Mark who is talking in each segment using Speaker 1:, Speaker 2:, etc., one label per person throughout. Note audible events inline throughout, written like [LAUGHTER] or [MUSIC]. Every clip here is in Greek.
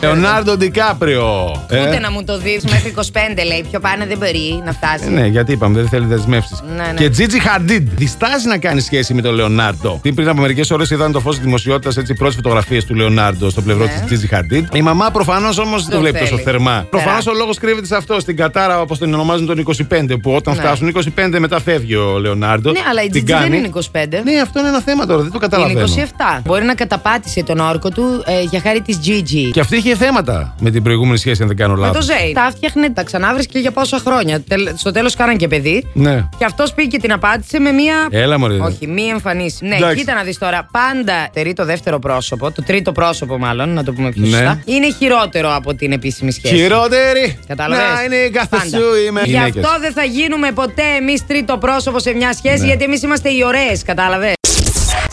Speaker 1: Λεωνάρντο Ντικάπριο. Ε,
Speaker 2: Ούτε να μου το δεις μέχρι 25, λέει. Πιο πάνω δεν μπορεί να φτάσει.
Speaker 1: Ναι, γιατί είπαμε, δεν θέλει δεσμεύσεις.
Speaker 2: Ναι, ναι.
Speaker 1: Και Τζίτζι Χαντίντ διστάζει να κάνει σχέση με τον Λεωνάρντο. Τι πριν από μερικές ώρες είδαν το φως της δημοσιότητας έτσι πρώτε φωτογραφίες του Λεωνάρντο στο πλευρό
Speaker 2: Ναι.
Speaker 1: της τη Τζίτζι Χαντίντ. Η μαμά προφανώς όμως δεν το
Speaker 2: Το
Speaker 1: βλέπει
Speaker 2: θέλει.
Speaker 1: τόσο θερμά.
Speaker 2: Τεράστιο.
Speaker 1: Προφανώς ο λόγος κρύβεται σε αυτό, στην κατάρα όπως τον ονομάζουν τον 25, που όταν
Speaker 2: Ναι.
Speaker 1: φτάσουν 25 μετά φεύγει ο Λεωνάρντο.
Speaker 2: Ναι, αλλά η
Speaker 1: Την
Speaker 2: Τζιτζι δεν
Speaker 1: κάνει.
Speaker 2: είναι 25.
Speaker 1: Ναι, αυτό είναι ένα θέμα τώρα, δεν το
Speaker 2: Είναι
Speaker 1: καταλαβαίνω.
Speaker 2: 27. Μπορεί να καταπάτησε τον όρκο του ε, για χάρη της Gigi.
Speaker 1: Και αυτή είχε θέματα με την προηγούμενη σχέση, αν δεν κάνω
Speaker 2: Με το
Speaker 1: λάθος.
Speaker 2: Ζέι. Τα φτιάχνε, τα ξανάβρισκε για πόσα χρόνια. Τελ- Στο τέλος κάναν και παιδί.
Speaker 1: Ναι.
Speaker 2: Και αυτός πήγε και την απάντησε με μία.
Speaker 1: Έλα, μωρέ.
Speaker 2: Όχι, μία εμφανίση. Ναι,
Speaker 1: Ε, Εντάξει.
Speaker 2: κοίτα να δεις τώρα. Πάντα τερεί το δεύτερο πρόσωπο, το τρίτο πρόσωπο μάλλον, να το πούμε πιο
Speaker 1: Ναι.
Speaker 2: σωστά. Είναι χειρότερο από την επίσημη σχέση.
Speaker 1: Χειρότερη!
Speaker 2: Κατάλαβες.
Speaker 1: Να είναι η κάθε
Speaker 2: Πάντα.
Speaker 1: σου είμαι.
Speaker 2: Γι'
Speaker 1: Γυναίκες.
Speaker 2: αυτό δεν θα γίνουμε ποτέ εμείς τρίτο πρόσωπο σε μια σχέση,
Speaker 1: Ναι.
Speaker 2: γιατί εμείς είμαστε οι ωραίες, κατάλαβες.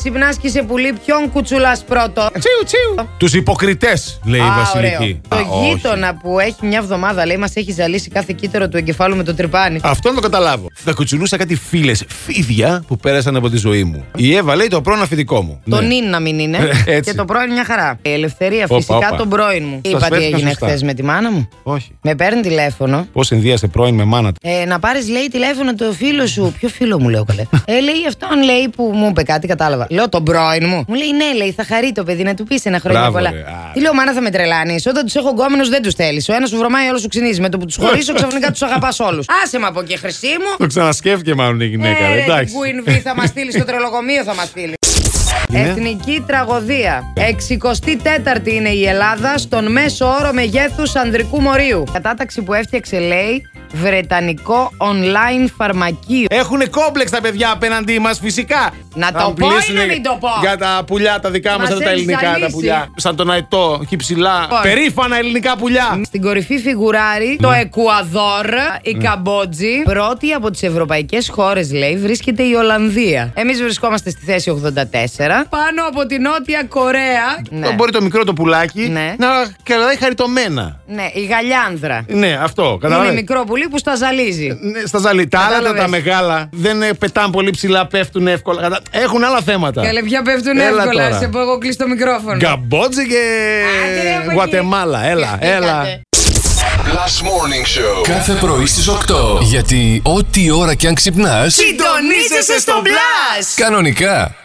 Speaker 2: Ξυπνάς και σε πουλί, ποιον κουτσούλα πρώτο.
Speaker 1: Τσιου, τσιου. Τους υποκριτές, λέει Ε, η
Speaker 2: Α,
Speaker 1: Βασιλική.
Speaker 2: ωραίο.
Speaker 1: Α,
Speaker 2: Το
Speaker 1: όχι.
Speaker 2: γείτονα που έχει μια εβδομάδα, λέει, μας έχει ζαλίσει κάθε κύτταρο του εγκεφάλου με το τρυπάνι.
Speaker 1: Αυτό να το καταλάβω. Θα κουτσουνούσα κάτι φίλες φίδια που πέρασαν από τη ζωή μου. Η Εύα λέει το πρώην αφητικό μου.
Speaker 2: Το
Speaker 1: Ναι.
Speaker 2: νυν να μην είναι.
Speaker 1: Έτσι.
Speaker 2: και το πρώην μια χαρά. Η ελευθερία
Speaker 1: Όπα,
Speaker 2: φυσικά
Speaker 1: όπα.
Speaker 2: τον πρώην μου.
Speaker 1: Σας
Speaker 2: Είπα τι
Speaker 1: βρέθηκα
Speaker 2: έγινε
Speaker 1: σωστά.
Speaker 2: χθες με τη μάνα μου.
Speaker 1: Όχι.
Speaker 2: Με παίρνει τηλέφωνο.
Speaker 1: Πώς συνδύασε πρώην με μάνα. του.
Speaker 2: Ε, να πάρεις, λέει, τηλέφωνο το φίλο
Speaker 1: [LAUGHS]
Speaker 2: σου. Ποιο φίλο μου, λέω, καλέ. Ε, λέει αυτόν, λέει, που μου είπε κάτι, κατάλαβα. Λέω τον πρώην μου. Μου λέει, ναι, λέει, θα χαρεί το παιδί να του πεις ένα χρόνια
Speaker 1: Μπράβο,
Speaker 2: πολλά.
Speaker 1: ρε, α.
Speaker 2: Τι λέω, μάνα θα με τρελάνεις. Όταν τους έχω γκόμενους δεν τους θέλεις. Ο ένας σου βρωμάει, ο άλλος σου ξυνίζει. Με το που τους χωρίσω ξαφνικά τους αγαπάς
Speaker 1: [LAUGHS]
Speaker 2: όλους. Άσε με από εκεί, χρυσή μου.
Speaker 1: Το ξανασκέφτηκε μάλλον η γυναίκα.
Speaker 2: ε,
Speaker 1: ρε,
Speaker 2: ρε,
Speaker 1: Ναι, εντάξει.
Speaker 2: την Queen V θα μας στείλει, στο τρελοκομείο θα μας στείλει.
Speaker 1: Είναι.
Speaker 2: Εθνική τραγωδία. 64η είναι η Ελλάδα στον μέσο όρο μεγέθους ανδρικού μορίου. Κατάταξη που έφτιαξε, λέει, Βρετανικό online φαρμακείο.
Speaker 1: Έχουν κόμπλεξ τα παιδιά απέναντί μας, φυσικά.
Speaker 2: Να
Speaker 1: Αν
Speaker 2: το πω ή
Speaker 1: πλήσουνε
Speaker 2: να μην το πω?
Speaker 1: Για τα πουλιά, τα δικά μας,
Speaker 2: Μας
Speaker 1: τα
Speaker 2: έχεις
Speaker 1: ελληνικά τα
Speaker 2: ζαλίσει.
Speaker 1: πουλιά. Σαν τον Αετό, εκεί ψηλά.
Speaker 2: Λοιπόν.
Speaker 1: Περήφανα ελληνικά πουλιά.
Speaker 2: Στην κορυφή φιγουράρει
Speaker 1: Ναι.
Speaker 2: το Εκουαδόρ, η Καμπότζη. Πρώτη από τις ευρωπαϊκές χώρες, λέει, βρίσκεται η Ολλανδία. Εμείς βρισκόμαστε στη θέση 84. Πάνω από τη Νότια Κορέα. Ναι,
Speaker 1: Το Μπορεί το μικρό το πουλάκι
Speaker 2: Ναι.
Speaker 1: να κρατάει χαριτωμένα.
Speaker 2: ναι η Γαλιάνδρα.
Speaker 1: Ναι, αυτό.
Speaker 2: Είναι
Speaker 1: καταλαβαίνεις.
Speaker 2: μικρό πουλί που στα ζαλίζει.
Speaker 1: Ναι, στα ζαλιτάρα τα,
Speaker 2: Κατάλαβες.
Speaker 1: τα μεγάλα δεν ε, πετάνε πολύ ψηλά, πέφτουν εύκολα. Κατα- Έχουν άλλα θέματα.
Speaker 2: Καλέ, πια πέφτουν
Speaker 1: Έλα
Speaker 2: εύκολα.
Speaker 1: τώρα.
Speaker 2: Σε πω εγώ κλείσω το μικρόφωνο.
Speaker 1: Καμπότζη και
Speaker 2: Άντε, ρε, από εκεί.
Speaker 1: Γουατεμάλα. Έλα,
Speaker 2: Σκεφτήκατε.
Speaker 1: έλα.
Speaker 3: Last Morning Show.
Speaker 4: Κάθε πρωί στις 8. Γιατί ό,τι ώρα κι αν ξυπνάς
Speaker 2: Συντονίζεσαι στο μπλα!
Speaker 4: Κανονικά.